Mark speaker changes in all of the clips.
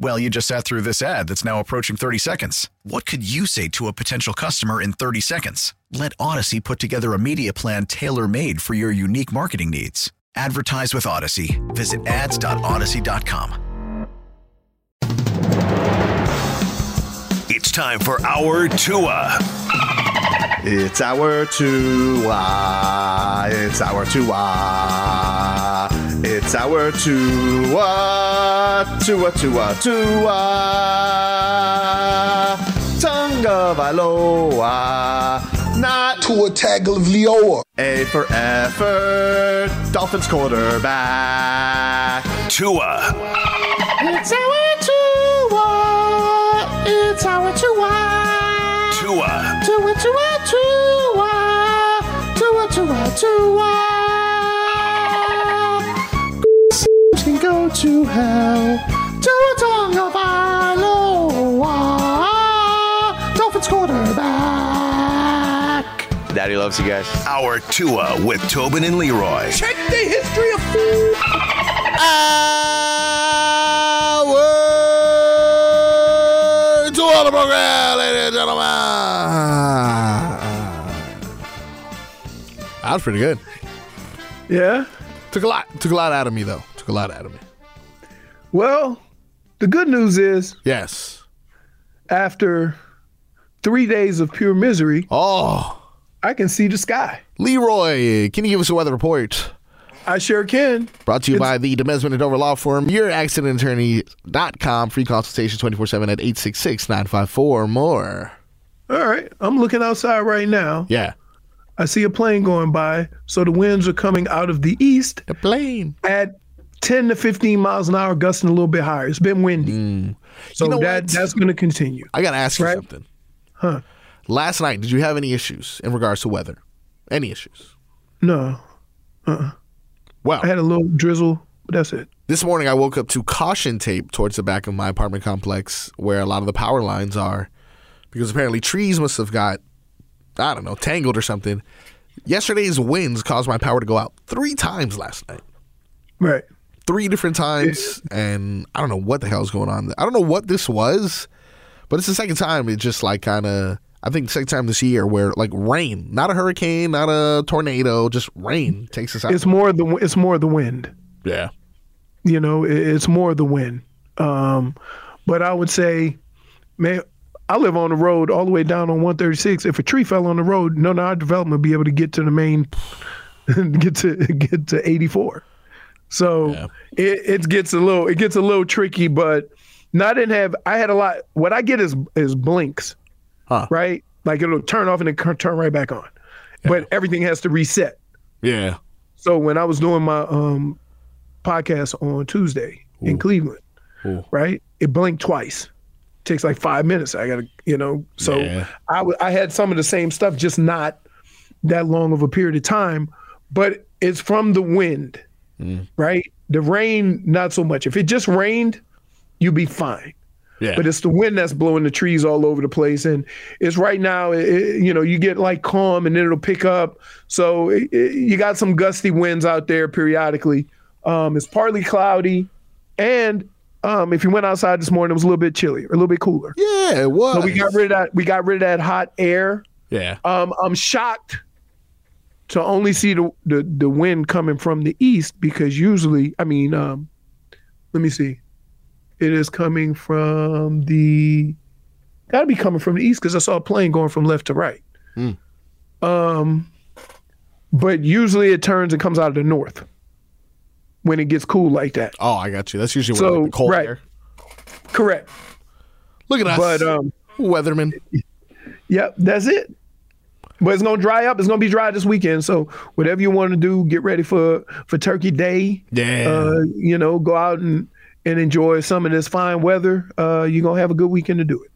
Speaker 1: Well, you just sat through this ad that's now approaching 30 seconds. What could you say to a potential customer in 30 seconds? Let Odyssey put together a media plan tailor made for your unique marketing needs. Advertise with Odyssey. Visit ads.odyssey.com.
Speaker 2: It's time for our Tua.
Speaker 3: It's our Tua.
Speaker 4: ah,
Speaker 3: It's our Tua. It's our
Speaker 4: ah,
Speaker 3: Tua. Tua, Tua, Tua. Tongue of Aloha. Not
Speaker 4: Tua Tagovailoa.
Speaker 3: A for effort. Dolphins quarterback.
Speaker 2: Tua.
Speaker 3: It's our Tua. It's our Tua.
Speaker 2: Tua.
Speaker 3: Tua, Tua, Tua. Tua, Tua, Tua. Can go to hell. Tua Tonga Valoa. Dolphins quarterback. Daddy loves you guys.
Speaker 2: Our Tua with Tobin and Leroy.
Speaker 3: Our Tua the program, ladies and gentlemen.
Speaker 4: That was pretty good.
Speaker 5: Yeah.
Speaker 4: Took a lot. Took a lot out of me though. Took a lot out of me.
Speaker 5: Well, the good news is
Speaker 4: Yes.
Speaker 5: after three days of pure misery,
Speaker 4: Oh,
Speaker 5: I can see the sky.
Speaker 4: Leroy, can you give us a weather report?
Speaker 5: I sure can.
Speaker 4: Brought to you by the Demesman and Dover Law Firm, your accident attorney.com. Free consultation 24 7 at 866 954 more.
Speaker 5: All right. I'm looking outside right now.
Speaker 4: Yeah.
Speaker 5: I see a plane going by. So the winds are coming out of the east
Speaker 4: The plane.
Speaker 5: at 10 to 15 miles an hour, gusting a little bit higher. It's been windy. So
Speaker 4: Mm. You know
Speaker 5: that
Speaker 4: what?
Speaker 5: that's going to continue.
Speaker 4: I got to ask you
Speaker 5: Right.
Speaker 4: something. Huh. Last night, did you have any issues in regards to weather? Any issues?
Speaker 5: No, Uh-uh.
Speaker 4: Well,
Speaker 5: I had a little drizzle, but that's it.
Speaker 4: this morning I woke up to caution tape towards the back of my apartment complex where a lot of the power lines are because apparently trees must have got, I don't know, tangled or something. Yesterday's winds caused my power to go out three times last night.
Speaker 5: Right.
Speaker 4: three different times, and I don't know what the hell's going on. I don't know what this was, but it's the second time. It just like kind of. I think the second time this year where like rain, not a hurricane, not a tornado, just rain takes us out.
Speaker 5: It's more the it's more the wind.
Speaker 4: yeah,
Speaker 5: you know it, it's more the win um but i would say man i live on the road all the way down on 136 if a tree fell on the road none of our development would be able to get to the main get to get to 84 so it, it gets a little it gets a little tricky but no, I didn't have i had a lot what i get is is blinks
Speaker 4: Huh.
Speaker 5: right like it'll turn off and then cur- turn right back on but everything has to reset
Speaker 4: yeah,
Speaker 5: so when I was doing my um podcast on Tuesday in Cleveland,
Speaker 4: Ooh.
Speaker 5: right? It blinked twice. Takes like five minutes. I gotta, you know. So
Speaker 4: Yeah.
Speaker 5: I w- I had some of the same stuff, just not that long of a period of time. But it's from the wind,
Speaker 4: Mm.
Speaker 5: right? The rain, not so much. If it just rained, you'd be fine
Speaker 4: yeah.
Speaker 5: but it's the wind that's blowing the trees all over the place and it's right now it, it- you know you get like calm and then it'll pick up so it, it- you got some gusty winds out there periodically um, it's partly cloudy and um, if you went outside this morning it was a little bit chillier a little bit cooler
Speaker 4: yeah, it was.
Speaker 5: so we got rid of that we got rid of that hot air
Speaker 4: yeah,
Speaker 5: um, I'm shocked to only see the, the the wind coming from the east because usually, I mean, um, let me see, it is coming from the got to be coming from the east because I saw a plane going from left to right.
Speaker 4: Hmm.
Speaker 5: Um, but usually it turns and comes out of the north when it gets cool like that.
Speaker 4: oh, I got you. That's usually
Speaker 5: So,
Speaker 4: when like, the cold
Speaker 5: right.
Speaker 4: air.
Speaker 5: Correct.
Speaker 4: Look at us,
Speaker 5: But um,
Speaker 4: Weatherman.
Speaker 5: yep, that's it. But it's gonna dry up. It's gonna be dry this weekend. So whatever you want to do, get ready for for Turkey Day.
Speaker 4: Yeah.
Speaker 5: Uh, you know, go out and and enjoy some of this fine weather. Uh, you're gonna have a good weekend to do it.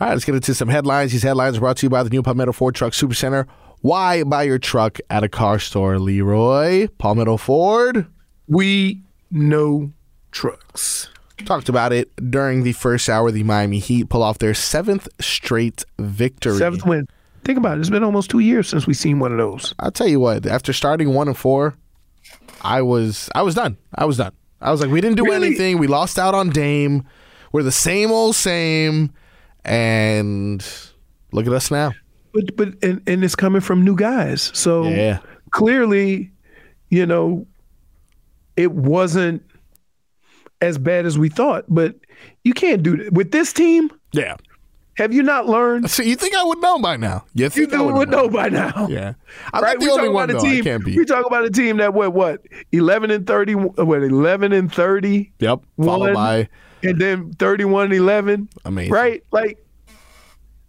Speaker 4: All right, let's get into some headlines. These headlines are brought to you by the new Palmetto Ford Truck Supercenter. Why buy your truck at a car store, Leroy? Palmetto Ford
Speaker 5: We know trucks.
Speaker 4: talked about it during the first hour. The Miami Heat pull off their seventh straight victory.
Speaker 5: Seventh win. Think about it. It's been almost two years since we've seen one of those.
Speaker 4: I'll tell you what. After starting one and four, I was I was done. I was done. I was like, we didn't do
Speaker 5: Really?
Speaker 4: anything. We lost out on Dame. We're the same old same. And look at us now.
Speaker 5: But but and, and it's coming from new guys. So
Speaker 4: Yeah.
Speaker 5: clearly, you know, it wasn't as bad as we thought, but you can't do that. With this team,
Speaker 4: Yeah.
Speaker 5: have you not learned?
Speaker 4: So you think I would know by now? You
Speaker 5: You
Speaker 4: think I
Speaker 5: do would know by now.
Speaker 4: Yeah. I'm
Speaker 5: Right,
Speaker 4: not the
Speaker 5: we
Speaker 4: only
Speaker 5: talk
Speaker 4: one
Speaker 5: about
Speaker 4: though.
Speaker 5: a
Speaker 4: I
Speaker 5: team.
Speaker 4: can't be.
Speaker 5: We talk about a team that went what eleven and thirty. What eleven and thirty,
Speaker 4: yep. Followed
Speaker 5: One.
Speaker 4: by
Speaker 5: and then 31 and eleven.
Speaker 4: Amazing.
Speaker 5: right? Like,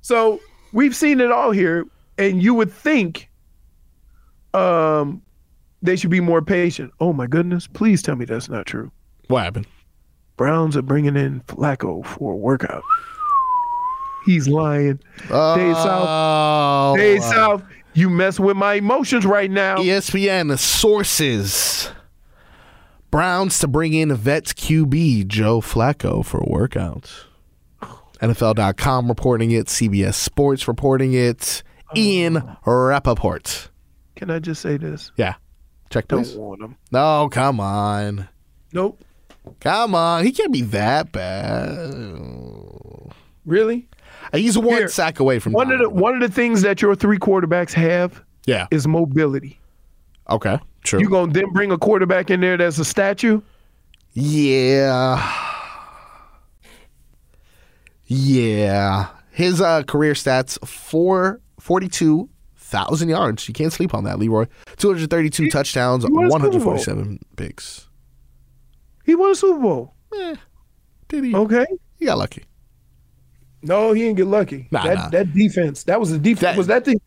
Speaker 5: so we've seen it all here, and you would think, um, they should be more patient. Oh my goodness! Please tell me that's not true.
Speaker 4: what happened?
Speaker 5: Browns are bringing in Flacco for a workout. He's lying. Dave South,
Speaker 4: Oh,
Speaker 5: Dave South, you mess with my emotions right now.
Speaker 4: E ESPN sources. Browns to bring in vet QB Joe Flacco for workouts. NFL.com reporting it. CBS Sports reporting it.
Speaker 5: Oh.
Speaker 4: Ian Rappaport.
Speaker 5: Can I just say this?
Speaker 4: Yeah. Check
Speaker 5: Don't
Speaker 4: those.
Speaker 5: want him.
Speaker 4: No, come on.
Speaker 5: Nope.
Speaker 4: Come on. He can't be that bad.
Speaker 5: Really?
Speaker 4: He's one
Speaker 5: Here.
Speaker 4: sack away from
Speaker 5: One of the
Speaker 4: Donovan.
Speaker 5: one of the things that your three quarterbacks have
Speaker 4: Yeah.
Speaker 5: is mobility.
Speaker 4: Okay. True.
Speaker 5: You gonna then bring a quarterback in there that's a statue?
Speaker 4: Yeah. Yeah. His uh, career stats four, 42,000 yards. You can't sleep on that, Leroy. 232 touchdowns,
Speaker 5: won a Super Bowl.
Speaker 4: 147 picks. Eh,
Speaker 5: He won a Super Bowl.
Speaker 4: Did he?
Speaker 5: Okay.
Speaker 4: He got lucky.
Speaker 5: No, he didn't get lucky.
Speaker 4: Nah,
Speaker 5: that
Speaker 4: nah.
Speaker 5: that defense. That was the defense.
Speaker 4: That-
Speaker 5: was that the?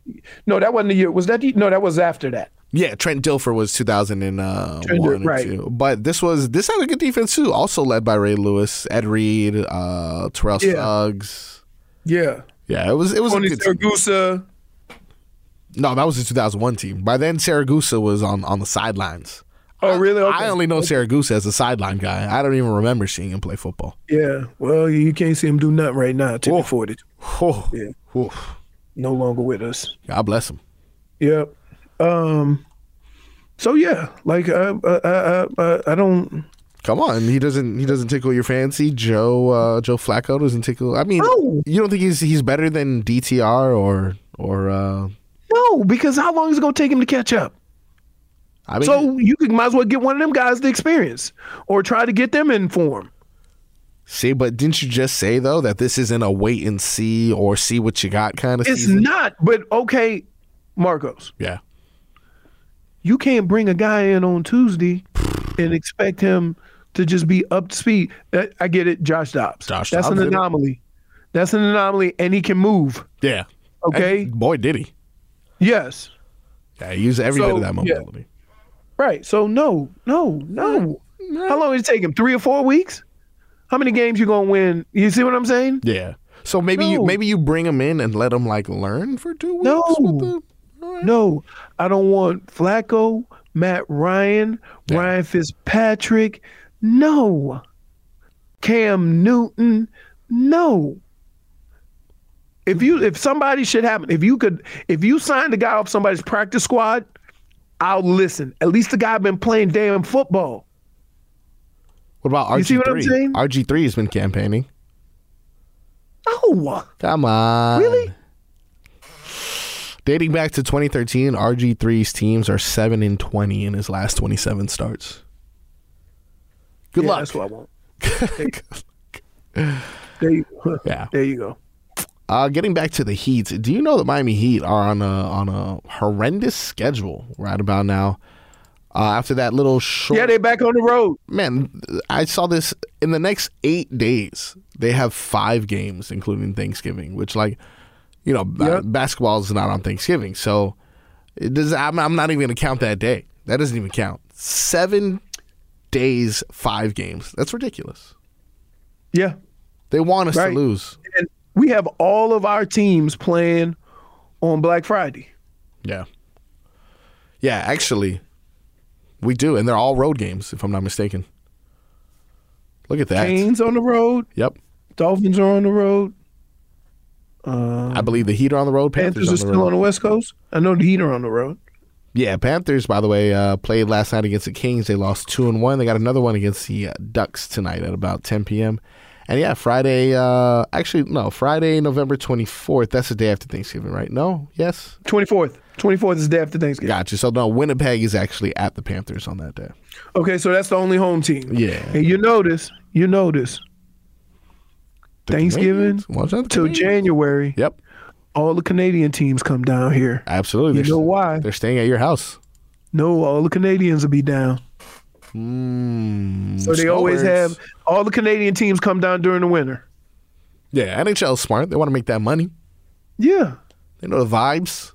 Speaker 5: No, that wasn't the year. Was that the? No, that was after that.
Speaker 4: Yeah, Trent Dilfer was 2001
Speaker 5: Trent Dil-
Speaker 4: and
Speaker 5: right.
Speaker 4: two. But this was this had a good defense too, also led by Ray Lewis, Ed Reed, uh, Terrell
Speaker 5: Yeah.
Speaker 4: Suggs.
Speaker 5: Yeah.
Speaker 4: Yeah, it was it was a
Speaker 5: Tony
Speaker 4: good team.
Speaker 5: Saragusa.
Speaker 4: No, that was the 2001 team. By then, Saragusa was on, on the sidelines.
Speaker 5: Oh, really? Okay.
Speaker 4: I only know Saragusa as a sideline guy. I don't even remember seeing him play football.
Speaker 5: Yeah. Well, you can't see him do nothing right now. Timmy Forty,
Speaker 4: Oh, Oof.
Speaker 5: no longer with us.
Speaker 4: God bless him.
Speaker 5: Yep. Um. So yeah, like I I I, I, I don't.
Speaker 4: Come on, he doesn't he doesn't tickle your fancy. Joe uh, Joe Flacco doesn't tickle. I mean,
Speaker 5: No.
Speaker 4: you don't think he's he's better than DTR or or uh,
Speaker 5: No, because how long is it gonna take him to catch up?
Speaker 4: I mean,
Speaker 5: So you could, might as well get one of them guys the experience, or try to get them in form.
Speaker 4: see, but didn't you just say though that this isn't a wait and see or see what you got kind of
Speaker 5: It's
Speaker 4: season?
Speaker 5: not, but okay, Marcos,
Speaker 4: yeah,
Speaker 5: you can't bring a guy in on Tuesday and expect him to just be up to speed. That- I get it, Josh Dobbs.
Speaker 4: Josh
Speaker 5: That's
Speaker 4: Dobbs
Speaker 5: an
Speaker 4: did it.
Speaker 5: anomaly. That's an anomaly, and he can move.
Speaker 4: yeah.
Speaker 5: Okay.
Speaker 4: And boy, did he.
Speaker 5: Yes,
Speaker 4: Yeah, he used every
Speaker 5: So,
Speaker 4: bit of that
Speaker 5: yeah.
Speaker 4: mobility.
Speaker 5: right. So no, no, no. How long did it take him? Three or four weeks? How many games you gonna win? You see what I'm saying?
Speaker 4: Yeah. So maybe you
Speaker 5: No.
Speaker 4: maybe you bring them in and let them like learn for two weeks.
Speaker 5: No.
Speaker 4: with the- All right.
Speaker 5: No, I don't want Flacco, Matt Ryan, Ryan Fitzpatrick. No. Cam Newton. No. If you if somebody should happen, if you could if you signed a guy off somebody's practice squad, I'll listen. At least the guy been playing damn football.
Speaker 4: What about RG3?
Speaker 5: You see what I'm saying?
Speaker 4: RG3 has been campaigning.
Speaker 5: No.
Speaker 4: Come on.
Speaker 5: Really?
Speaker 4: Dating back to 2013, RG3's teams are 7 and 20 in his last 27 starts. Good
Speaker 5: Yeah,
Speaker 4: luck.
Speaker 5: That's what I want. There you go.
Speaker 4: Yeah.
Speaker 5: There you go.
Speaker 4: Uh, getting back to the Heat, do you know that Miami Heat are on a on a horrendous schedule right about now? Uh, after that little short,
Speaker 5: Yeah, they back on the road.
Speaker 4: man, I saw this in the next eight days. They have five games, including Thanksgiving, which, like, you know, b-
Speaker 5: Yep.
Speaker 4: basketball is not on Thanksgiving, so it does. I'm, I'm not even going to count that day. That doesn't even count. Seven days, five games. That's ridiculous.
Speaker 5: Yeah.
Speaker 4: They want us
Speaker 5: Right.
Speaker 4: to lose.
Speaker 5: And we have all of our teams playing on Black Friday.
Speaker 4: Yeah. Yeah, actually, we do, and they're all road games, if I'm not mistaken. Look at that.
Speaker 5: Canes on the road.
Speaker 4: Yep.
Speaker 5: Dolphins are on the road.
Speaker 4: I believe the Heat are on the road.
Speaker 5: Panthers,
Speaker 4: Panthers, on
Speaker 5: are
Speaker 4: the
Speaker 5: still
Speaker 4: road.
Speaker 5: on the West Coast. I know the Heat are on the road.
Speaker 4: Yeah, Panthers. By the way, uh, played last night against the Kings. They lost two and one. They got another one against the uh, Ducks tonight at about 10 p.m. And yeah, Friday. Uh, actually, no, Friday, November 24th. That's the day after Thanksgiving, right? No, yes,
Speaker 5: 24th. 24th is the day after Thanksgiving.
Speaker 4: gotcha. So no, Winnipeg is actually at the Panthers on that day.
Speaker 5: Okay, so that's the only home team.
Speaker 4: Yeah.
Speaker 5: And you notice, you notice,
Speaker 4: The
Speaker 5: Thanksgiving
Speaker 4: Canadians. Watch out, the
Speaker 5: till
Speaker 4: Canadians.
Speaker 5: January,
Speaker 4: Yep,
Speaker 5: all the Canadian teams come down here.
Speaker 4: absolutely.
Speaker 5: You
Speaker 4: They're-
Speaker 5: know why?
Speaker 4: They're staying at your house.
Speaker 5: No, all the Canadians will be down.
Speaker 4: Mm,
Speaker 5: So they always
Speaker 4: snowbirds.
Speaker 5: have all the Canadian teams come down during the winter.
Speaker 4: Yeah, NHL is smart. They want to make that money.
Speaker 5: Yeah.
Speaker 4: They know the vibes.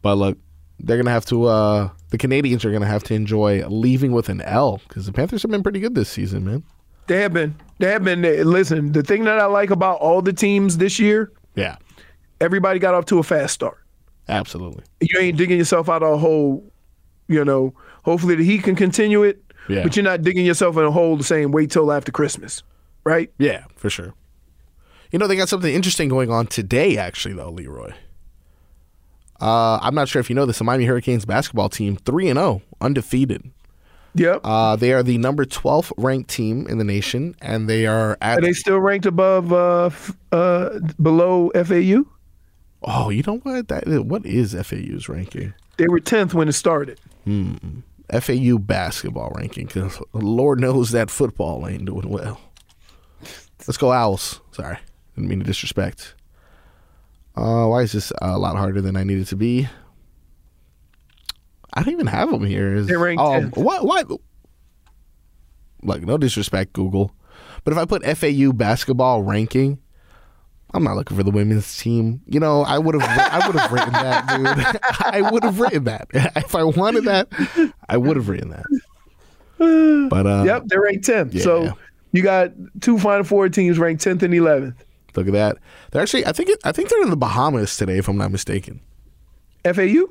Speaker 4: But look, they're gonna have to. uh The Canadians are gonna have to enjoy leaving with an L because the Panthers have been pretty good this season, man.
Speaker 5: They have been. They have been. They- Listen, the thing that I like about all the teams this year,
Speaker 4: Yeah,
Speaker 5: everybody got off to a fast start.
Speaker 4: absolutely.
Speaker 5: You ain't digging yourself out of a hole, you know. Hopefully the heat can continue it,
Speaker 4: Yeah.
Speaker 5: but you're not digging yourself in a hole saying wait till after Christmas, right?
Speaker 4: Yeah, for sure. You know they got something interesting going on today, actually, though, Leroy. Uh, I'm not sure if you know this. The Miami Hurricanes basketball team, three and zero, undefeated.
Speaker 5: Yep.
Speaker 4: Uh, they are the number 12th ranked team in the nation, and they are at.
Speaker 5: Are they still ranked above uh, f- uh, below FAU?
Speaker 4: oh, you know what? That what is FAU's ranking?
Speaker 5: They were 10th when it started.
Speaker 4: FAU basketball ranking because Lord knows that football ain't doing well. Let's go Owls. Sorry, didn't mean to disrespect. Uh, why is this a lot harder than I needed to be? I don't even have them here. Is
Speaker 5: They're ranked
Speaker 4: oh,
Speaker 5: 10th.
Speaker 4: what? Why? Like no disrespect, Google, but if I put FAU basketball ranking, I'm not looking for the women's team. You know, I would have I would have written that, dude. I would have written that. If I wanted that, I would have written that. But uh
Speaker 5: Yep, they're ranked 10th.
Speaker 4: yeah.
Speaker 5: So you got two Final Four teams ranked 10th and 11th.
Speaker 4: look at that. They're actually I think it, I think they're in the Bahamas today if I'm not mistaken.
Speaker 5: FAU?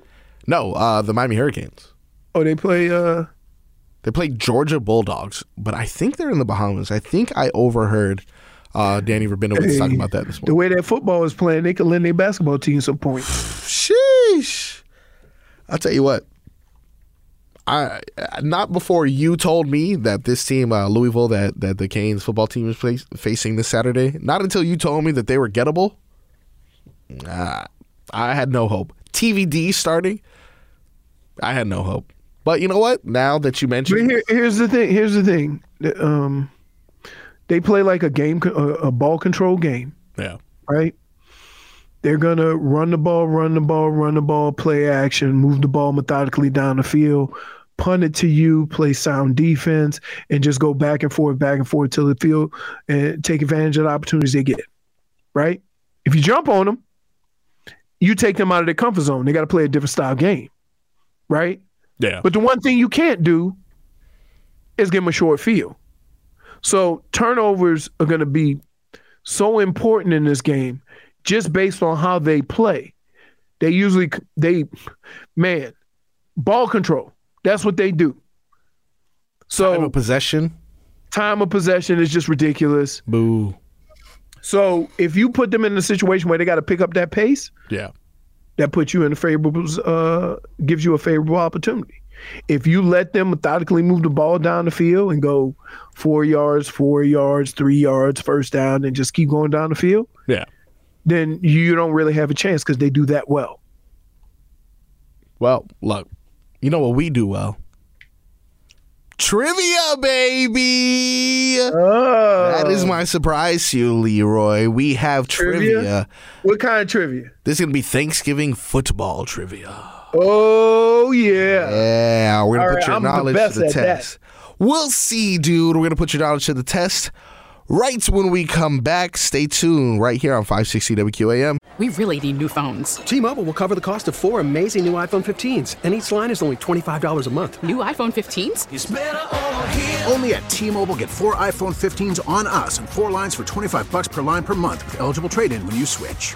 Speaker 4: No, uh the Miami Hurricanes.
Speaker 5: Oh, they play. Uh,
Speaker 4: They play Georgia Bulldogs, but I think they're in the Bahamas. I think I overheard uh, Danny Rabinowitz talking about that this
Speaker 5: the
Speaker 4: morning.
Speaker 5: way that football is playing, they can lend their basketball team some points.
Speaker 4: Sheesh. I'll tell you what. I not before you told me that this team, uh, Louisville, that that the Canes football team is face, facing this Saturday. Not until you told me that they were gettable. Uh, I had no hope. TVD starting. I had no hope. But you know what? Now that you
Speaker 5: But
Speaker 4: mentioned,
Speaker 5: here, here's the thing. Here's the thing. The, Um, they play like a game, co- a, a ball control game,
Speaker 4: yeah,
Speaker 5: right? They're gonna run the ball, run the ball, run the ball, play action, move the ball methodically down the field, punt it to you, play sound defense, and just go back and forth, back and forth till the field, and take advantage of the opportunities they get. Right? If you jump on them, you take them out of their comfort zone. They got to play a different style game, right?
Speaker 4: yeah,
Speaker 5: But the one thing you can't do is give them a short field. So turnovers are going to be so important in this game, just based on how they play. They usually they, man, ball control. That's what they do. So
Speaker 4: Time of possession.
Speaker 5: time of possession is just ridiculous.
Speaker 4: Boo.
Speaker 5: So if you put them in a situation where they got to pick up that pace,
Speaker 4: Yeah,
Speaker 5: that puts you in a favorable uh, gives you a favorable opportunity. If you let them methodically move the ball down the field and go four yards, four yards, three yards, first down, and just keep going down the field,
Speaker 4: yeah.
Speaker 5: then you don't really have a chance because they do that well.
Speaker 4: Well, look, you know what we do well? Trivia, baby!
Speaker 5: Ah,
Speaker 4: that
Speaker 5: Oh.
Speaker 4: is my surprise to you, Leroy. We have trivia.
Speaker 5: Trivia? What kind of trivia?
Speaker 4: This is going to be Thanksgiving football trivia.
Speaker 5: Oh yeah.
Speaker 4: Yeah, we're gonna
Speaker 5: All
Speaker 4: put
Speaker 5: right,
Speaker 4: your
Speaker 5: I'm the
Speaker 4: knowledge
Speaker 5: best
Speaker 4: to the
Speaker 5: at that.
Speaker 4: test. We'll see, dude. We're gonna put your knowledge to the test right when we come back. Stay tuned right here on 560 WQAM.
Speaker 6: We really need new phones.
Speaker 7: T-Mobile will cover the cost of four amazing new iPhone 15s, and each line is only $25 a month.
Speaker 6: New iPhone 15s?
Speaker 8: Only at T-Mobile, get four iPhone 15s on us and four lines for 25 bucks per line per month with eligible trade-in when you switch.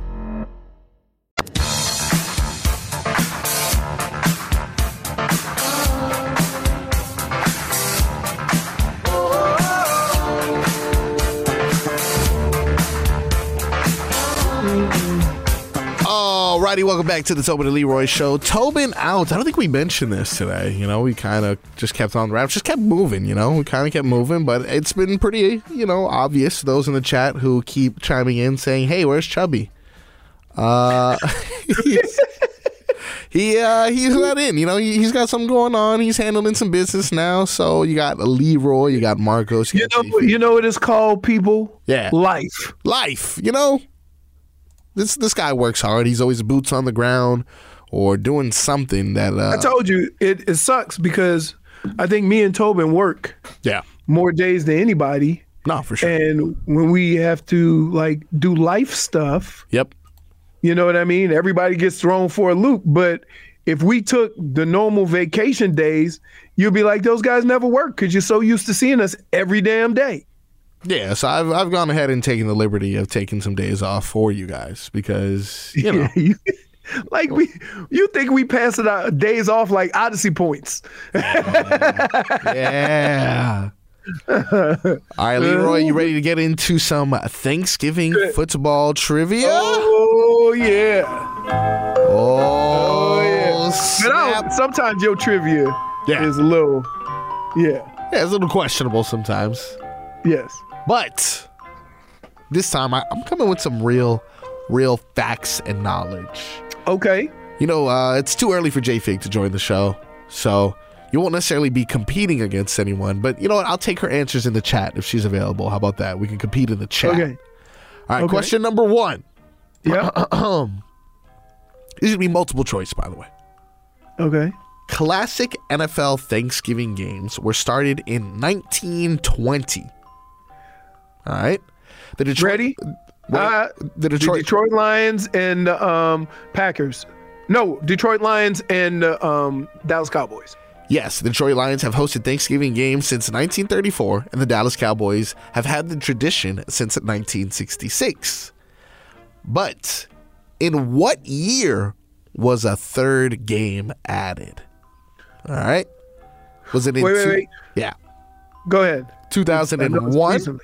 Speaker 4: Alrighty, welcome back to the Tobin and Leroy show. Tobin out. I don't think we mentioned this today. You know, we kind of just kept on the raps, just kept moving. You know, we kind of kept moving, but it's been pretty, you know, obvious. Those in the chat who keep chiming in saying, "Hey, where's Chubby?" Uh, He uh, he's not in. You know, he, he's got something going on. He's handling some business now. So you got Leroy, you got Marcos, you,
Speaker 5: You
Speaker 4: got
Speaker 5: know,
Speaker 4: Chief.
Speaker 5: you know what it's called, people.
Speaker 4: Yeah.
Speaker 5: Life.
Speaker 4: life. You know, this this guy works hard. He's always boots on the ground or doing something that. Uh,
Speaker 5: I told you it, it sucks because I think me and Tobin work
Speaker 4: yeah,
Speaker 5: more days than anybody,
Speaker 4: no, for sure.
Speaker 5: and when we have to like do life stuff,
Speaker 4: yep.
Speaker 5: You know what I mean? Everybody gets thrown for a loop. But if we took the normal vacation days, you'd be like, those guys never work because you're so used to seeing us every damn day.
Speaker 4: Yeah, so I've I've gone ahead and taken the liberty of taking some days off for you guys because you know
Speaker 5: like we, you think we passing our days off like Odyssey points?
Speaker 4: yeah. All right, Leroy, you ready to get into some Thanksgiving football trivia?
Speaker 5: Oh yeah.
Speaker 4: Oh,
Speaker 5: But I don't-
Speaker 4: snap.
Speaker 5: sometimes your trivia
Speaker 4: Yeah.
Speaker 5: is a little, yeah,
Speaker 4: Yeah, it's a little questionable sometimes.
Speaker 5: yes.
Speaker 4: But this time I, I'm coming with some real, real facts and knowledge.
Speaker 5: Okay.
Speaker 4: You know, uh, it's too early for JFig to join the show, so you won't necessarily be competing against anyone. But you know what? I'll take her answers in the chat if she's available. How about that? We can compete in the chat.
Speaker 5: Okay.
Speaker 4: All right,
Speaker 5: Okay.
Speaker 4: question number one.
Speaker 5: Yeah.
Speaker 4: This should be multiple choice, by the way.
Speaker 5: okay.
Speaker 4: Classic NFL Thanksgiving games were started in 1920. All right. The Detroit,
Speaker 5: Ready?
Speaker 4: Wait,
Speaker 5: Uh,
Speaker 4: the Detroit,
Speaker 5: The Detroit Lions and um, Packers. No, Detroit Lions and uh, um, Dallas Cowboys.
Speaker 4: Yes, the Detroit Lions have hosted Thanksgiving games since 1934, and the Dallas Cowboys have had the tradition since 1966. But in what year was a third game added? All right. Was it in
Speaker 5: Wait, wait,
Speaker 4: two-
Speaker 5: wait.
Speaker 4: yeah,
Speaker 5: Go ahead. I know it's
Speaker 4: 2001?
Speaker 5: recently.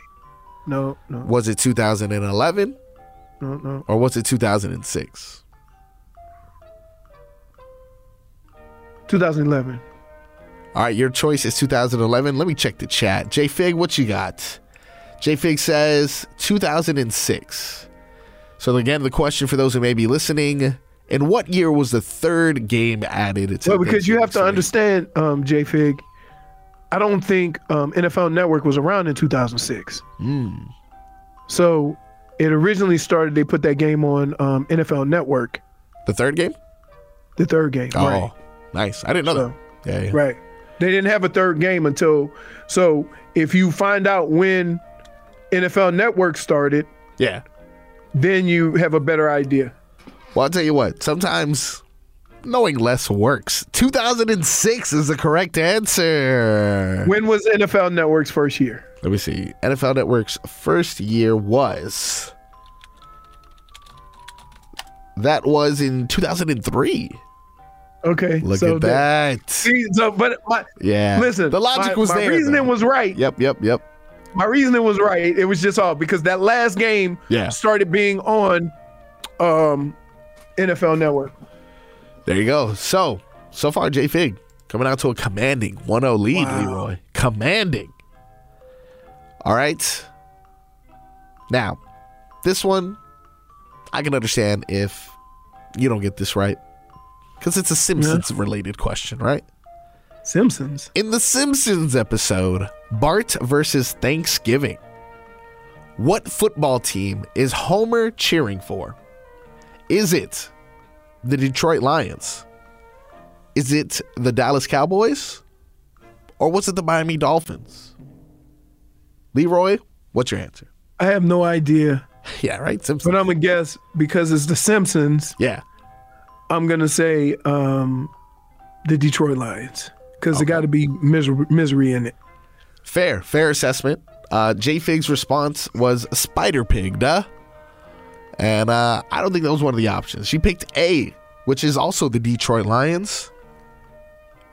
Speaker 5: No, no,
Speaker 4: Was it 2011
Speaker 5: no, no.
Speaker 4: or was it 2006?
Speaker 5: 2011.
Speaker 4: All right, your choice is 2011. Let me check the chat. J Fig, what you got? J Fig says 2006. So again, the question for those who may be listening: In what year was the third game added? To
Speaker 5: Well,
Speaker 4: the
Speaker 5: because you have to
Speaker 4: Thanksgiving
Speaker 5: understand, um, J Fig, I don't think um, NFL Network was around in 2006.
Speaker 4: Hmm.
Speaker 5: So it originally started, they put that game on um, NFL Network,
Speaker 4: series? The third game?
Speaker 5: the third game.
Speaker 4: Oh,
Speaker 5: Right.
Speaker 4: Nice. I didn't know
Speaker 5: So-
Speaker 4: that. Yeah, yeah.
Speaker 5: Right. They didn't have a third game until. So if you find out when NFL Network started,
Speaker 4: Yeah.
Speaker 5: then you have a better idea.
Speaker 4: Well, I'll tell you what. Sometimes knowing less works. 2006 is the correct answer.
Speaker 5: When was NFL Network's first year?
Speaker 4: Let me see. NFL Network's first year was. That was in 2003.
Speaker 5: Okay.
Speaker 4: Look
Speaker 5: so
Speaker 4: at
Speaker 5: the-
Speaker 4: that.
Speaker 5: See, so, but my,
Speaker 4: yeah.
Speaker 5: listen,
Speaker 4: the logic
Speaker 5: my-
Speaker 4: was
Speaker 5: my
Speaker 4: there.
Speaker 5: reasoning
Speaker 4: though.
Speaker 5: was right.
Speaker 4: Yep, yep, yep.
Speaker 5: My reasoning was right. It was just all because that last game
Speaker 4: Yeah.
Speaker 5: started being on um, NFL Network.
Speaker 4: There you go. So, so far, J Fig coming out to a commanding 1 0 lead, Leroy. Commanding. All right. Now, this one, I can understand if you don't get this right because it's a Simpsons related question, right?
Speaker 5: Simpsons.
Speaker 4: In the Simpsons episode, Bart versus Thanksgiving, what football team is Homer cheering for? Is it the Detroit Lions? Is it the Dallas Cowboys? Or was it the Miami Dolphins? Leroy, what's your answer?
Speaker 5: I have no idea,
Speaker 4: Yeah, right?
Speaker 5: but
Speaker 4: Simpsons.
Speaker 5: I'm gonna guess because it's the Simpsons.
Speaker 4: Yeah.
Speaker 5: I'm gonna say um, the Detroit Lions because there got to be misery, misery in it.
Speaker 4: Fair, fair assessment. Uh, J Fig's response was Spider Pig, duh. And uh, I don't think that was one of the options. She picked A, which is also the Detroit Lions.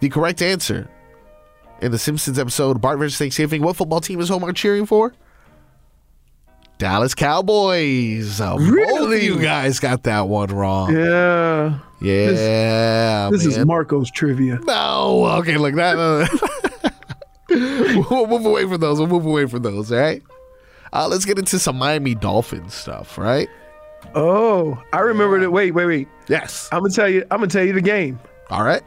Speaker 4: The correct answer in the Simpsons episode Bart versus Thanksgiving. What football team is Homer cheering for? Dallas Cowboys. Uh, Both of
Speaker 5: Really?
Speaker 4: you guys got that one wrong.
Speaker 5: Yeah,
Speaker 4: Yeah,
Speaker 5: this is
Speaker 4: man.
Speaker 5: Marco's trivia.
Speaker 4: No. Okay, look that. uh, we'll move away from those. We'll move away from those. All right. Uh, let's get into some Miami Dolphins stuff. Right.
Speaker 5: Oh, I remember that. Wait, wait, wait.
Speaker 4: Yes.
Speaker 5: I'm gonna tell you. I'm gonna tell you the game.
Speaker 4: All right.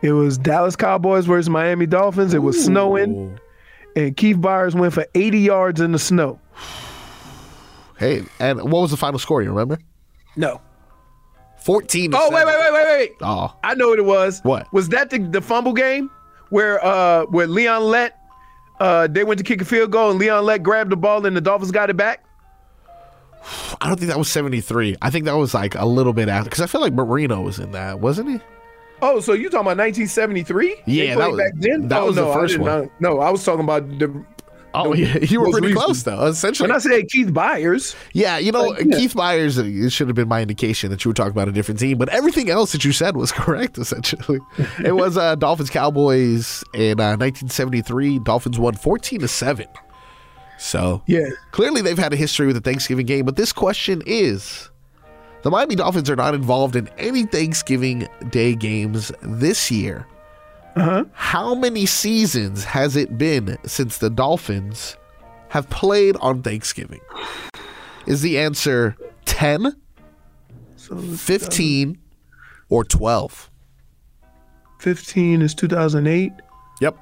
Speaker 5: It was Dallas Cowboys versus Miami Dolphins. It was snowing, and Keith Byers went for 80 yards in the snow.
Speaker 4: Hey, and what was the final score? You remember?
Speaker 5: No.
Speaker 4: Fourteen. to
Speaker 5: Oh wait,
Speaker 4: seven.
Speaker 5: wait, wait, wait, wait. wait.
Speaker 4: Oh,
Speaker 5: I know what it was.
Speaker 4: What?
Speaker 5: was that? The, the fumble game where uh where Leon let uh they went to kick a field goal and Leon let grabbed the ball and the Dolphins got it back.
Speaker 4: I don't think that was seventy-three. I think that was like a little bit after because I feel like Marino was in that, wasn't he?
Speaker 5: Oh, so you talking about 1973? They
Speaker 4: Yeah,
Speaker 5: played
Speaker 4: that was-
Speaker 5: back then.
Speaker 4: that
Speaker 5: oh,
Speaker 4: was the
Speaker 5: no, I
Speaker 4: first
Speaker 5: did
Speaker 4: one.
Speaker 5: not- no, I was talking about the.
Speaker 4: Oh, yeah. You were
Speaker 5: Most
Speaker 4: pretty
Speaker 5: recent.
Speaker 4: close though. Essentially,
Speaker 5: When I said Keith Byers,
Speaker 4: Yeah, you know,
Speaker 5: Like, yeah.
Speaker 4: Keith Myers, uh, it should have been my indication that you were talking about a different team, but everything else that you said was correct, essentially. it was uh, Dolphins Cowboys in uh, 1973. Dolphins won 14 to 7. So,
Speaker 5: yeah,
Speaker 4: clearly they've had a history with the Thanksgiving game, but this question is the Miami Dolphins are not involved in any Thanksgiving Day games this year. Uh-huh. How many seasons has it been since the Dolphins have played on Thanksgiving? Is the answer 10, 15, or 12?
Speaker 5: 15 is 2008.
Speaker 4: Yep.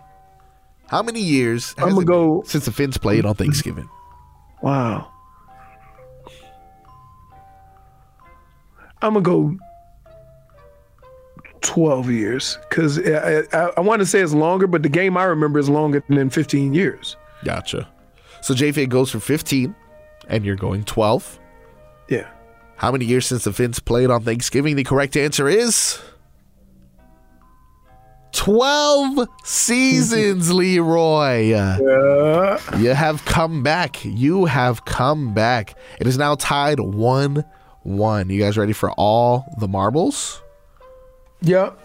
Speaker 4: How many years has
Speaker 5: I'ma
Speaker 4: it
Speaker 5: go-
Speaker 4: been since the Finns played on Thanksgiving?
Speaker 5: Wow. I'm gonna go 12 years because I, I, I want to say it's longer, but the game I remember is longer than 15 years.
Speaker 4: Gotcha. So JFA goes for 15, and you're going 12.
Speaker 5: Yeah.
Speaker 4: How many years since the Finns played on Thanksgiving? The correct answer is 12 seasons, Leroy. You have come back. You have come back. It is now tied 1 1. You guys ready for all the marbles?
Speaker 5: Yep.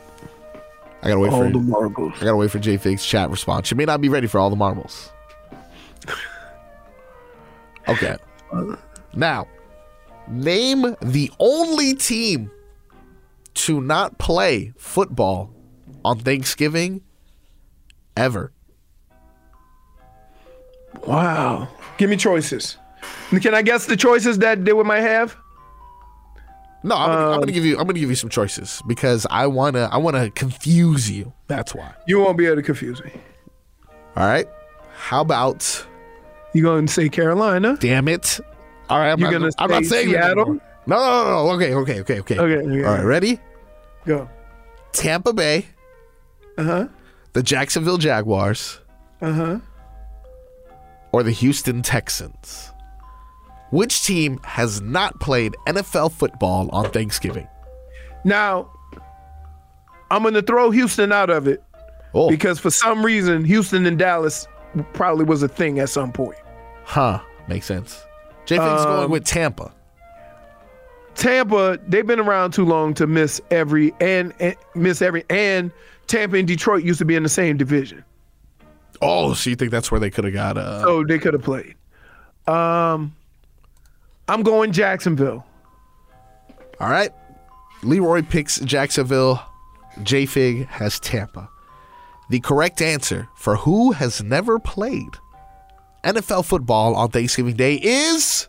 Speaker 4: I gotta wait
Speaker 5: All
Speaker 4: for
Speaker 5: the marbles.
Speaker 4: I gotta wait for J Fig's chat response. She may not be ready for all the marbles. Okay. Now, name the only team to not play football on Thanksgiving ever.
Speaker 5: Wow. Give me choices. Can I guess the choices that they might have?
Speaker 4: No, I'm, gonna, I'm
Speaker 5: Um,
Speaker 4: gonna give you. I'm gonna give you some choices because I wanna. I wanna confuse you. That's why.
Speaker 5: You won't be able to confuse me.
Speaker 4: All right. How about?
Speaker 5: You gonna say Carolina?
Speaker 4: Damn it! All right. I'm
Speaker 5: You
Speaker 4: not,
Speaker 5: gonna
Speaker 4: I'm not
Speaker 5: say
Speaker 4: saying that
Speaker 5: Seattle?
Speaker 4: anymore. No, no, no, no. Okay, okay, okay, okay.
Speaker 5: Okay, okay.
Speaker 4: All right. Ready?
Speaker 5: Go.
Speaker 4: Tampa Bay. Uh
Speaker 5: Uh-huh.
Speaker 4: huh. The Jacksonville Jaguars.
Speaker 5: Uh huh.
Speaker 4: Or the Houston Texans. Which team has not played NFL football on Thanksgiving?
Speaker 5: Now, I'm going to throw Houston out of it
Speaker 4: Oh.
Speaker 5: because for some reason, Houston and Dallas probably was a thing at some point.
Speaker 4: Huh. Makes sense. J. Fink's going
Speaker 5: Um,
Speaker 4: with Tampa.
Speaker 5: Tampa, they've been around too long to miss every and, and miss every and Tampa and Detroit used to be in the same division,
Speaker 4: Oh, so you think that's where they could have got uh
Speaker 5: so they could have played. Um, I'm going Jacksonville.
Speaker 4: All right. Leroy picks Jacksonville. J Fig has Tampa. The correct answer for who has never played NFL football on Thanksgiving Day is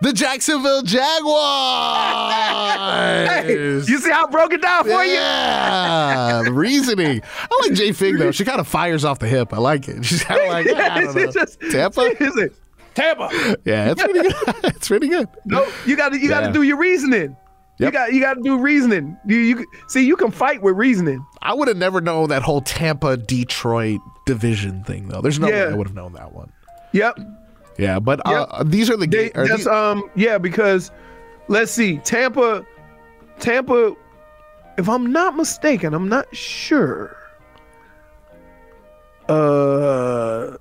Speaker 4: the Jacksonville Jaguars.
Speaker 5: Hey, you see how I broke it down for you?
Speaker 4: Yeah, the reasoning. I like J Fig though. She kind of fires off the hip. I like it. She's kind of like, I don't know.
Speaker 5: It's just-
Speaker 4: Tampa?
Speaker 5: it's like, Tampa.
Speaker 4: Yeah, it's pretty good. it's pretty good.
Speaker 5: No, you got to you got
Speaker 4: Yeah.
Speaker 5: to do your reasoning. You
Speaker 4: Yep.
Speaker 5: got you got to do reasoning. You you see you can fight with reasoning.
Speaker 4: I would have never known that whole Tampa Detroit division thing though. There's no
Speaker 5: Yeah.
Speaker 4: way I would have known that one.
Speaker 5: Yep.
Speaker 4: Yeah, but uh, these are the
Speaker 5: They,
Speaker 4: games.
Speaker 5: that's um yeah because let's see Tampa Tampa if I'm not mistaken I'm not sure. Uh,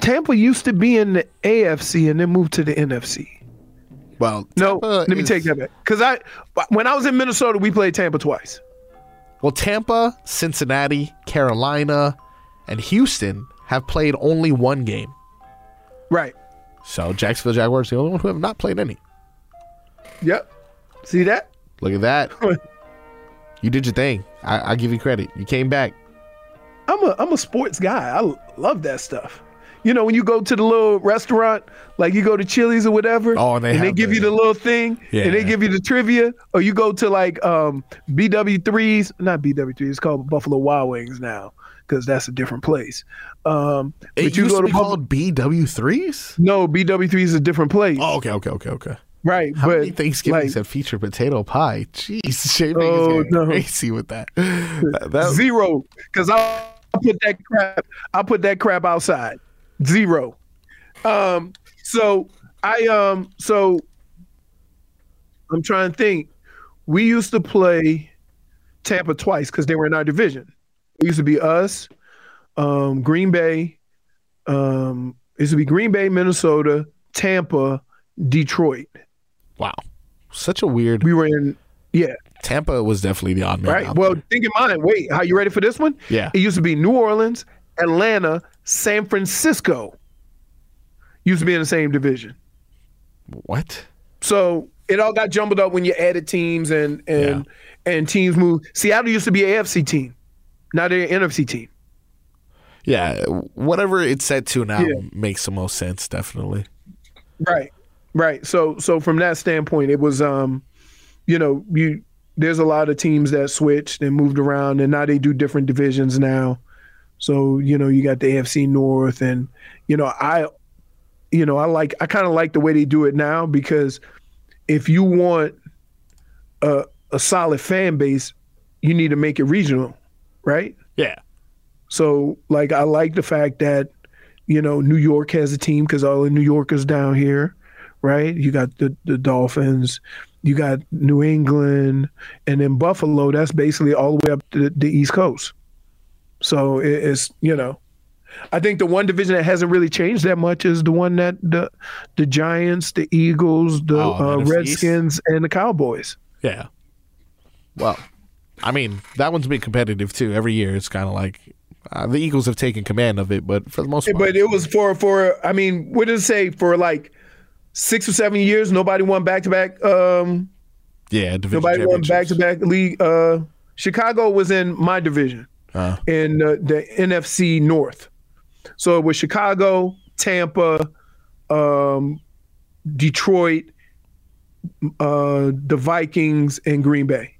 Speaker 5: Tampa used to be in the AFC and then moved to the NFC.
Speaker 4: well,
Speaker 5: No,
Speaker 4: Tampa
Speaker 5: let me
Speaker 4: is-
Speaker 5: take that back. Cause I when I was in Minnesota we played Tampa twice.
Speaker 4: Well, Tampa, Cincinnati, Carolina, and Houston have played only one game.
Speaker 5: Right.
Speaker 4: So Jacksonville Jaguars the only one who have not played any.
Speaker 5: Yep. See that?
Speaker 4: Look at that. you did your thing. I, I give you credit. You came back.
Speaker 5: I'm a I'm a sports guy. I l- love that stuff. You know, when you go to the little restaurant, like you go to Chili's or whatever,
Speaker 4: Oh, and they have
Speaker 5: give
Speaker 4: the-
Speaker 5: you the little thing, and
Speaker 4: Yeah.
Speaker 5: they give you the trivia, or you go to like um, BW3s, not BW3s, it's called Buffalo Wild Wings now, because that's a different place. Um,
Speaker 4: It
Speaker 5: but you
Speaker 4: used
Speaker 5: go
Speaker 4: to
Speaker 5: to
Speaker 4: be
Speaker 5: Buff-
Speaker 4: called BW threes.
Speaker 5: no BW3 is a different place,
Speaker 4: Oh, okay, okay, okay, okay.
Speaker 5: right?
Speaker 4: How
Speaker 5: but
Speaker 4: many Thanksgivings
Speaker 5: like,
Speaker 4: have featured potato pie? Jeez, Jay
Speaker 5: Oh,
Speaker 4: oh, is
Speaker 5: no.
Speaker 4: going crazy with that. That- that-
Speaker 5: zero, because I, I put that crap, I put that crap outside, zero. Um, so I um, so I'm trying to think. We used to play Tampa twice because they were in our division. It used to be us, um, Green Bay, um, it used to be Green Bay, Minnesota, Tampa, Detroit.
Speaker 4: wow, such a weird.
Speaker 5: We were in, yeah,
Speaker 4: Tampa was definitely the odd man.
Speaker 5: right.
Speaker 4: out
Speaker 5: Well,
Speaker 4: there.
Speaker 5: think in mind. Wait, how you ready for this one?
Speaker 4: Yeah.
Speaker 5: It used to be New Orleans, Atlanta, San Francisco. Used to be in the same division.
Speaker 4: what?
Speaker 5: So it all got jumbled up when you added teams and and and teams moved. Seattle used to be an AFC team. Now they're an NFC team.
Speaker 4: Yeah, whatever it's set to now
Speaker 5: Yeah.
Speaker 4: makes the most sense. Definitely.
Speaker 5: Right. Right. So so from that standpoint, it was um, you know, you there's a lot of teams that switched and moved around and now they do different divisions now. So, you know, you got the AFC North and you know, I you know, I like I kind of like the way they do it now because if you want a a solid fan base, you need to make it regional, right?
Speaker 4: Yeah.
Speaker 5: So, like, I like the fact that, you know, New York has a team because all the New Yorkers down here, right? You got the, the Dolphins, you got New England, and then Buffalo, that's basically all the way up to the, the East Coast. So it, it's, you know, I think the one division that hasn't really changed that much is the one that the the Giants, the Eagles, the
Speaker 4: Oh,
Speaker 5: uh,
Speaker 4: the NFC East?
Speaker 5: Redskins, and the Cowboys.
Speaker 4: Yeah. Well, I mean that one's been competitive too. Every year, it's kind of like uh, the Eagles have taken command of it, but for the most part,
Speaker 5: But it was for for I mean, what did it say for like six or seven years? Nobody won back to back. Um,
Speaker 4: yeah, division
Speaker 5: nobody won back
Speaker 4: championships.
Speaker 5: to back league. Uh, Chicago was in my division in uh, the NFC North, so it was Chicago, Tampa, um, Detroit, uh, the Vikings, and Green Bay.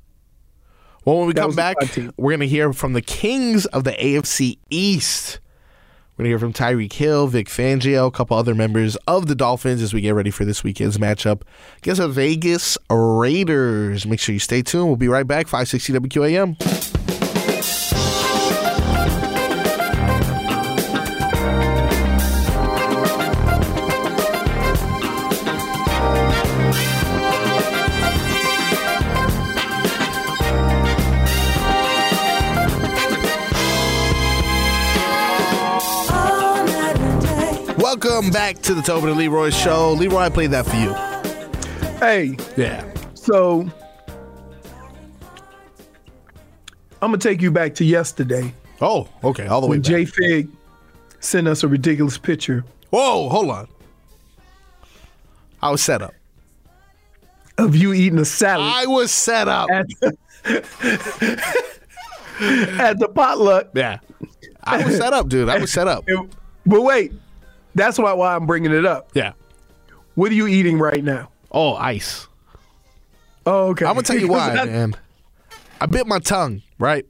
Speaker 4: Well, when we come
Speaker 5: was the
Speaker 4: back,
Speaker 5: five team.
Speaker 4: we're going to hear from the kings of the AFC East. We're going to hear from Tyreek Hill, Vic Fangio, a couple other members of the Dolphins as we get ready for this weekend's matchup against the Vegas Raiders. Make sure you stay tuned. We'll be right back. 560 WQAM. Welcome back to the Tobin and Leroy Show. Leroy, I played that for you.
Speaker 5: Hey.
Speaker 4: Yeah.
Speaker 5: So I'm gonna take you back to yesterday.
Speaker 4: Oh, okay, all the way
Speaker 5: when Jay Fig sent us a ridiculous picture.
Speaker 4: Whoa, hold on. I was set up.
Speaker 5: Of you eating a salad. I
Speaker 4: was set up.
Speaker 5: At the, at the potluck.
Speaker 4: Yeah. I was set up, dude. I was set up.
Speaker 5: But wait, that's why why I'm bringing it up.
Speaker 4: Yeah.
Speaker 5: What are you eating right now?
Speaker 4: Oh, ice.
Speaker 5: Oh, okay.
Speaker 4: I'm gonna tell you why, man. I bit my tongue, right?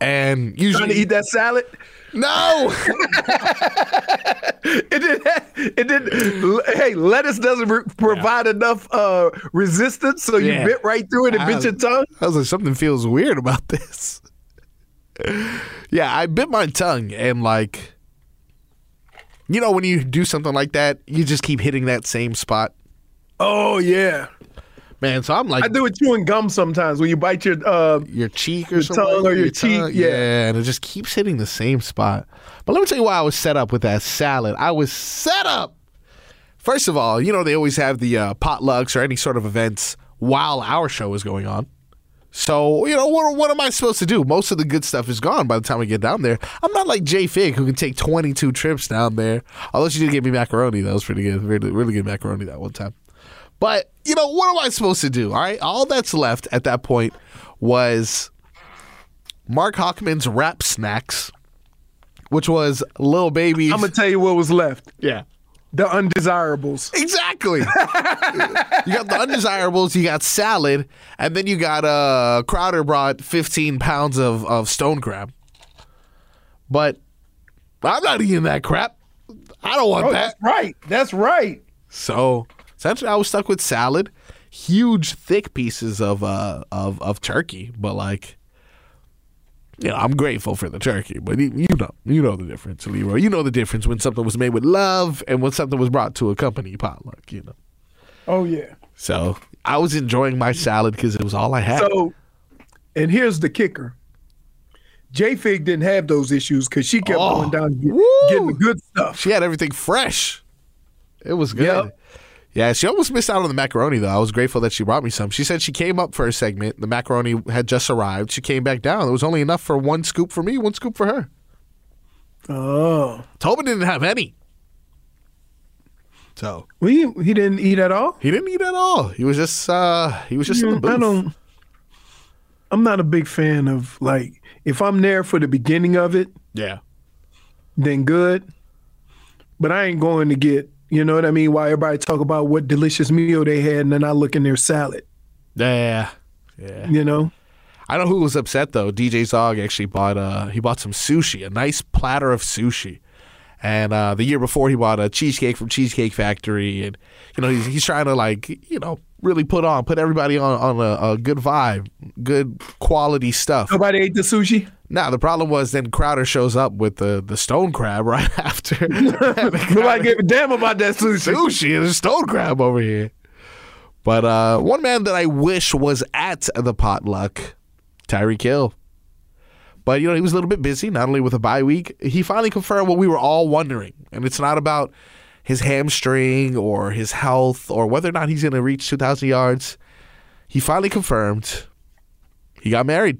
Speaker 4: And usually
Speaker 5: Trying to eat that salad.
Speaker 4: No,
Speaker 5: it did. It did. Hey, lettuce doesn't re- provide enough uh, resistance, so you
Speaker 4: Yeah.
Speaker 5: bit right through it and
Speaker 4: I-
Speaker 5: bit your tongue.
Speaker 4: I was like, something feels weird about this. yeah, I bit my tongue and like, you know, when you do something like that, you just keep hitting that same spot,
Speaker 5: Oh yeah,
Speaker 4: man. So I'm like,
Speaker 5: I do it chewing gum sometimes when you bite your uh,
Speaker 4: your cheek or
Speaker 5: your
Speaker 4: something,
Speaker 5: tongue or your, cheek.
Speaker 4: tongue.
Speaker 5: yeah.
Speaker 4: and it just keeps hitting the same spot. But let me tell you why I was set up with that salad. I was set up. First of all, you know they always have the uh, potlucks or any sort of events while our show is going on. So you know what? What am I supposed to do? Most of the good stuff is gone by the time we get down there. I'm not like Jay Fig who can take 22 trips down there. Although she did give me macaroni, that was pretty good, really, really good macaroni that one time. But you know what am I supposed to do? All right, all that's left at that point was Mark Hockman's rap snacks, which was Lil Baby's.
Speaker 5: I'm gonna tell you what was left:
Speaker 4: yeah.
Speaker 5: the undesirables.
Speaker 4: Exactly. you got the undesirables, you got salad, and then you got uh Crowder brought 15 pounds of, of stone crab. But I'm not eating that crap. I don't want
Speaker 5: Oh,
Speaker 4: that.
Speaker 5: that's right. That's right.
Speaker 4: So essentially, I was stuck with salad, huge thick pieces of uh of of turkey, but like. You know, I'm grateful for the turkey, but you you know, you know the difference, Leroy. You know the difference when something was made with love and when something was brought to a company potluck. You know,
Speaker 5: Oh yeah.
Speaker 4: so I was enjoying my salad because it was all I had.
Speaker 5: So, and here's the kicker: J Fig didn't have those issues because she kept
Speaker 4: Oh,
Speaker 5: going down and get-
Speaker 4: woo.
Speaker 5: getting the good stuff.
Speaker 4: she had everything fresh. It was good.
Speaker 5: Yep.
Speaker 4: Yeah, she almost missed out on the macaroni though. I was grateful that she brought me some. She said she came up for a segment. The macaroni had just arrived. She came back down. There was only enough for one scoop for me, one scoop for her.
Speaker 5: Oh,
Speaker 4: Tobin didn't have any. So
Speaker 5: well, he, he didn't eat at all.
Speaker 4: he didn't eat at all. He was just uh he was just in the booth.
Speaker 5: I don't. I'm not a big fan of like if I'm there for the beginning of it,
Speaker 4: Yeah.
Speaker 5: then good. But I ain't going to get you know what I mean. While everybody talk about what delicious meal they had, and then I look in their salad,
Speaker 4: Yeah. Yeah.
Speaker 5: you know.
Speaker 4: I know who was upset though. DJ Zog actually bought uh he bought some sushi, a nice platter of sushi. And uh, the year before, he bought a cheesecake from Cheesecake Factory, and you know he's he's trying to like you know really put on put everybody on on a, a good vibe, good quality stuff.
Speaker 5: Nobody ate the sushi.
Speaker 4: Now the problem was then Crowder shows up with the the stone crab right after.
Speaker 5: Nobody gave a damn about that sushi.
Speaker 4: sushi and a stone crab over here. But uh, one man that I wish was at the potluck, Tyreek Hill. But you know, he was a little bit busy, not only with a bye week, he finally confirmed what we were all wondering. And it's not about his hamstring or his health or whether or not he's gonna reach two thousand yards. He finally confirmed he got married.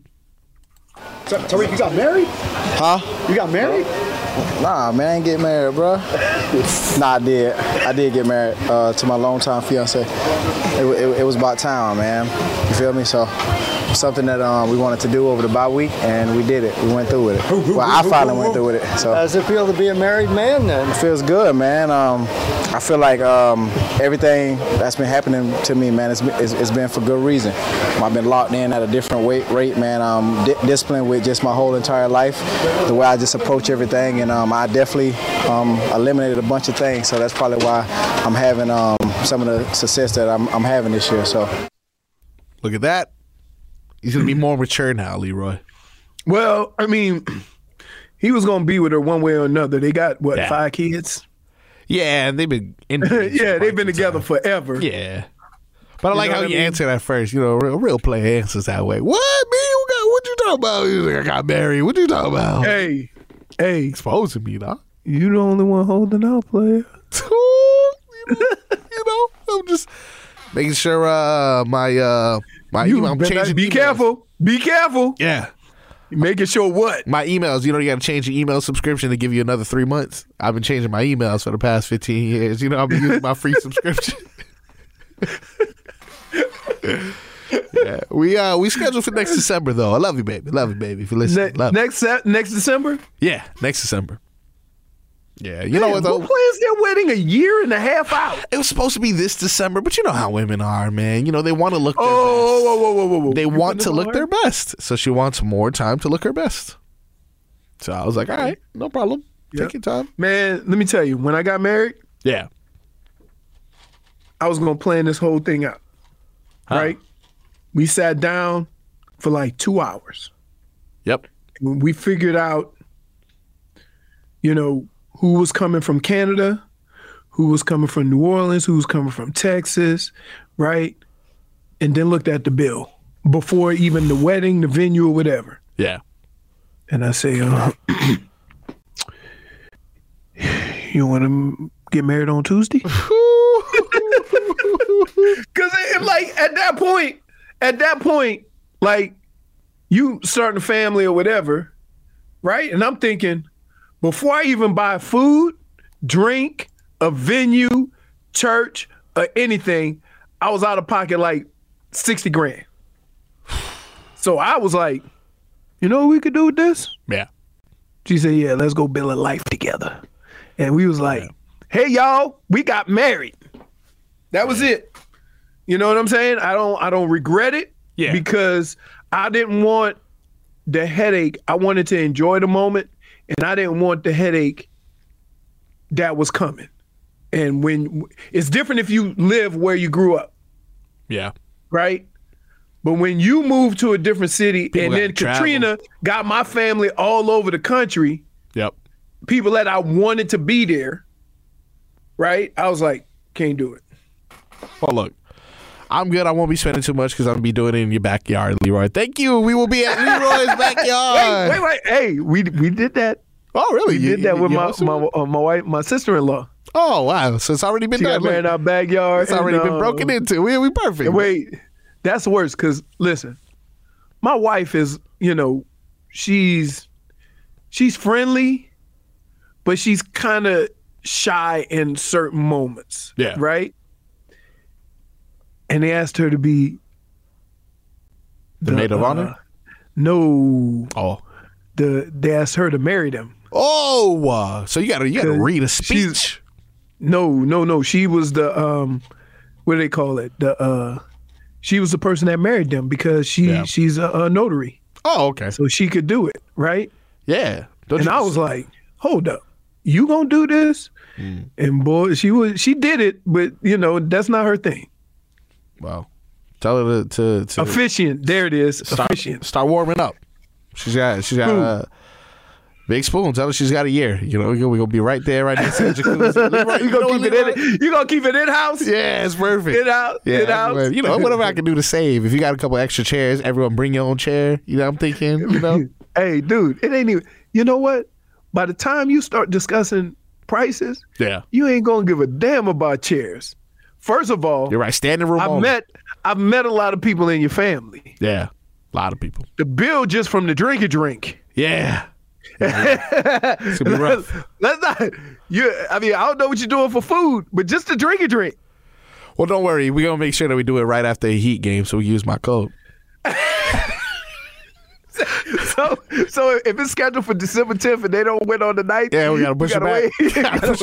Speaker 9: Tariq, you got married? Huh? You got married? Nah, man, I ain't get married, bro. nah, I did. I did get married uh, to my longtime fiance. It, wa- it, wa- it was about time, man. You feel me? So, something that um, we wanted to do over the bye week, and we did it. We went through with it. Well, I finally went through with it. So. Does it feel to be a married man then? It feels good, man. Um, I feel like um, everything that's been happening to me, man, it's, it's, it's been for good reason. I've been locked in at a different weight rate, man. Um, di- disciplined with just my whole entire life, the way I just approach everything, and um, I definitely um, eliminated a bunch of things. So that's probably why I'm having um, some of the success that I'm, I'm having this year. So.
Speaker 4: Look at that. He's gonna be more mature now, Leroy.
Speaker 5: Well, I mean, he was gonna be with her one way or another. They got what
Speaker 4: Yeah.
Speaker 5: five kids?
Speaker 4: Yeah, and they've been
Speaker 5: yeah, they've been together forever.
Speaker 4: Yeah, but I
Speaker 5: You
Speaker 4: like
Speaker 5: know
Speaker 4: how
Speaker 5: what I
Speaker 4: you
Speaker 5: mean?
Speaker 4: answered that first. You know, a real, real player answers that way. What man? You got, what you talking about? He's like, I got married. What you talking about?
Speaker 5: Hey, hey,
Speaker 4: exposing me, dog.
Speaker 5: You the only one holding out, player.
Speaker 4: you know, I'm just making sure uh my uh my
Speaker 5: You
Speaker 4: email, I'm
Speaker 5: better
Speaker 4: changing.
Speaker 5: be careful. Be careful.
Speaker 4: Yeah.
Speaker 5: Making sure what?
Speaker 4: My emails. You know, you got to change your email subscription to give you another three months. I've been changing my emails for the past 15 years. You know, I've been using my free subscription. yeah. We uh we scheduled for next December though. I love you, baby. Love you, baby. If you listen, love you.
Speaker 5: Next Sat- next December.
Speaker 4: Yeah, next December. Yeah, you know
Speaker 5: Man,
Speaker 4: what though?
Speaker 5: Who plans their wedding a year and a half out?
Speaker 4: It was supposed to be this December, but you know how women are, man. You know they want to look. Their
Speaker 5: Oh,
Speaker 4: best.
Speaker 5: whoa, whoa, whoa, whoa, whoa!
Speaker 4: They
Speaker 5: You
Speaker 4: want
Speaker 5: putting
Speaker 4: to
Speaker 5: them
Speaker 4: look
Speaker 5: on
Speaker 4: their
Speaker 5: her?
Speaker 4: best, so she wants more time to look her best. So I was like, all right, no problem.
Speaker 5: Yeah.
Speaker 4: Take your time.
Speaker 5: Man, let me tell you, when I got married,
Speaker 4: Yeah.
Speaker 5: I was gonna plan this whole thing out. Right? We sat down for like two hours.
Speaker 4: Yep.
Speaker 5: We figured out, you know, who was coming from Canada, who was coming from New Orleans, who was coming from Texas, right? And then looked at the bill before even the wedding, the venue, or whatever.
Speaker 4: Yeah.
Speaker 5: And I say, uh, you want to get married on Tuesday? Because like at that point, at that point, like you starting a family or whatever, right? And I'm thinking, before I even buy food, drink, a venue, church, or anything, I was out of pocket like sixty grand. So I was like, you know what we could do with this?
Speaker 4: Yeah.
Speaker 5: She said, yeah, let's go build a life together. And we was like, hey y'all, we got married. That was it. You know what I'm saying? I don't I don't regret it
Speaker 4: Yeah.
Speaker 5: because I didn't want the headache. I wanted to enjoy the moment and I didn't want the headache that was coming. And when it's different if you live where you grew up
Speaker 4: Yeah.
Speaker 5: right? But when you move to a different city and
Speaker 4: gotta
Speaker 5: then Katrina got my family all over the country,
Speaker 4: Yep.
Speaker 5: people that I wanted to be there, right? I was like, can't do it.
Speaker 4: Well, look, I'm good. I won't be spending too much because I'm gonna be doing it in your backyard, Leroy. Thank you. We will be at Leroy's backyard.
Speaker 5: Wait, wait, wait. Hey, we we did that.
Speaker 4: Oh, really?
Speaker 5: We
Speaker 4: You-
Speaker 5: did that
Speaker 4: you-
Speaker 5: with
Speaker 4: you
Speaker 5: my
Speaker 4: hosted
Speaker 5: my, uh, my wife, my sister in law.
Speaker 4: Oh wow! So it's already been
Speaker 5: She
Speaker 4: done.
Speaker 5: got married in
Speaker 4: Look,
Speaker 5: our backyard.
Speaker 4: it's already
Speaker 5: and,
Speaker 4: been
Speaker 5: uh,
Speaker 4: broken into. We we perfect.
Speaker 5: Wait, that's worse. Cause listen, my wife is, you know, she's she's friendly, but she's kind of shy in certain moments.
Speaker 4: Yeah.
Speaker 5: Right. And they asked her to be
Speaker 4: the maid
Speaker 5: uh,
Speaker 4: of honor.
Speaker 5: no.
Speaker 4: Oh.
Speaker 5: The they asked her to marry them.
Speaker 4: Oh, uh, so you gotta you gotta
Speaker 5: Cause
Speaker 4: read a
Speaker 5: she's-
Speaker 4: speech.
Speaker 5: No, no, no. She was the um, what do they call it? The uh, she was the person that married them because she
Speaker 4: Yeah.
Speaker 5: she's a, a notary,
Speaker 4: Oh, okay.
Speaker 5: so she could do it, right?
Speaker 4: Yeah. Don't
Speaker 5: and
Speaker 4: you-
Speaker 5: I was like, "Hold up, you gonna do this?" And boy, she was she did it, but you know that's not her thing.
Speaker 4: wow. Tell her to to, to
Speaker 5: Officiant, there it is.
Speaker 4: start,
Speaker 5: Officiant.
Speaker 4: start warming up. She's got she's got
Speaker 5: Spoon.
Speaker 4: uh, big spoon. Tell her she's got a year. You know we gonna, we gonna be right there, right next to the jacuzzi. Leroy,
Speaker 5: you
Speaker 4: know
Speaker 5: gonna
Speaker 4: what,
Speaker 5: keep it in?
Speaker 4: Leroy?
Speaker 5: It, you gonna keep it in house?
Speaker 4: Yeah, it's perfect.
Speaker 5: It out.
Speaker 4: Yeah,
Speaker 5: It out. Oh,
Speaker 4: everyone- you know whatever I can do to save. If you got a couple extra chairs, everyone bring your own chair. You know what I'm thinking. You know.
Speaker 5: Hey, dude, it ain't even. You know what? By the time you start discussing prices,
Speaker 4: Yeah,
Speaker 5: you ain't gonna give a damn about chairs. First of all,
Speaker 4: you're right. Standing room.
Speaker 5: I've
Speaker 4: only.
Speaker 5: met I've met a lot of people in your family.
Speaker 4: Yeah, a lot of people.
Speaker 5: The bill just from the drink a drink.
Speaker 4: Yeah. it's gonna be rough.
Speaker 5: Let's not. You, I mean, I don't know what you're doing for food, but just to drink a drink.
Speaker 4: Well, don't worry. We're going to make sure that we do it right after a Heat game so we use my code.
Speaker 10: so, so if it's scheduled for December 10th and they don't win on the night,
Speaker 4: Yeah, we gotta push it back. Gotta push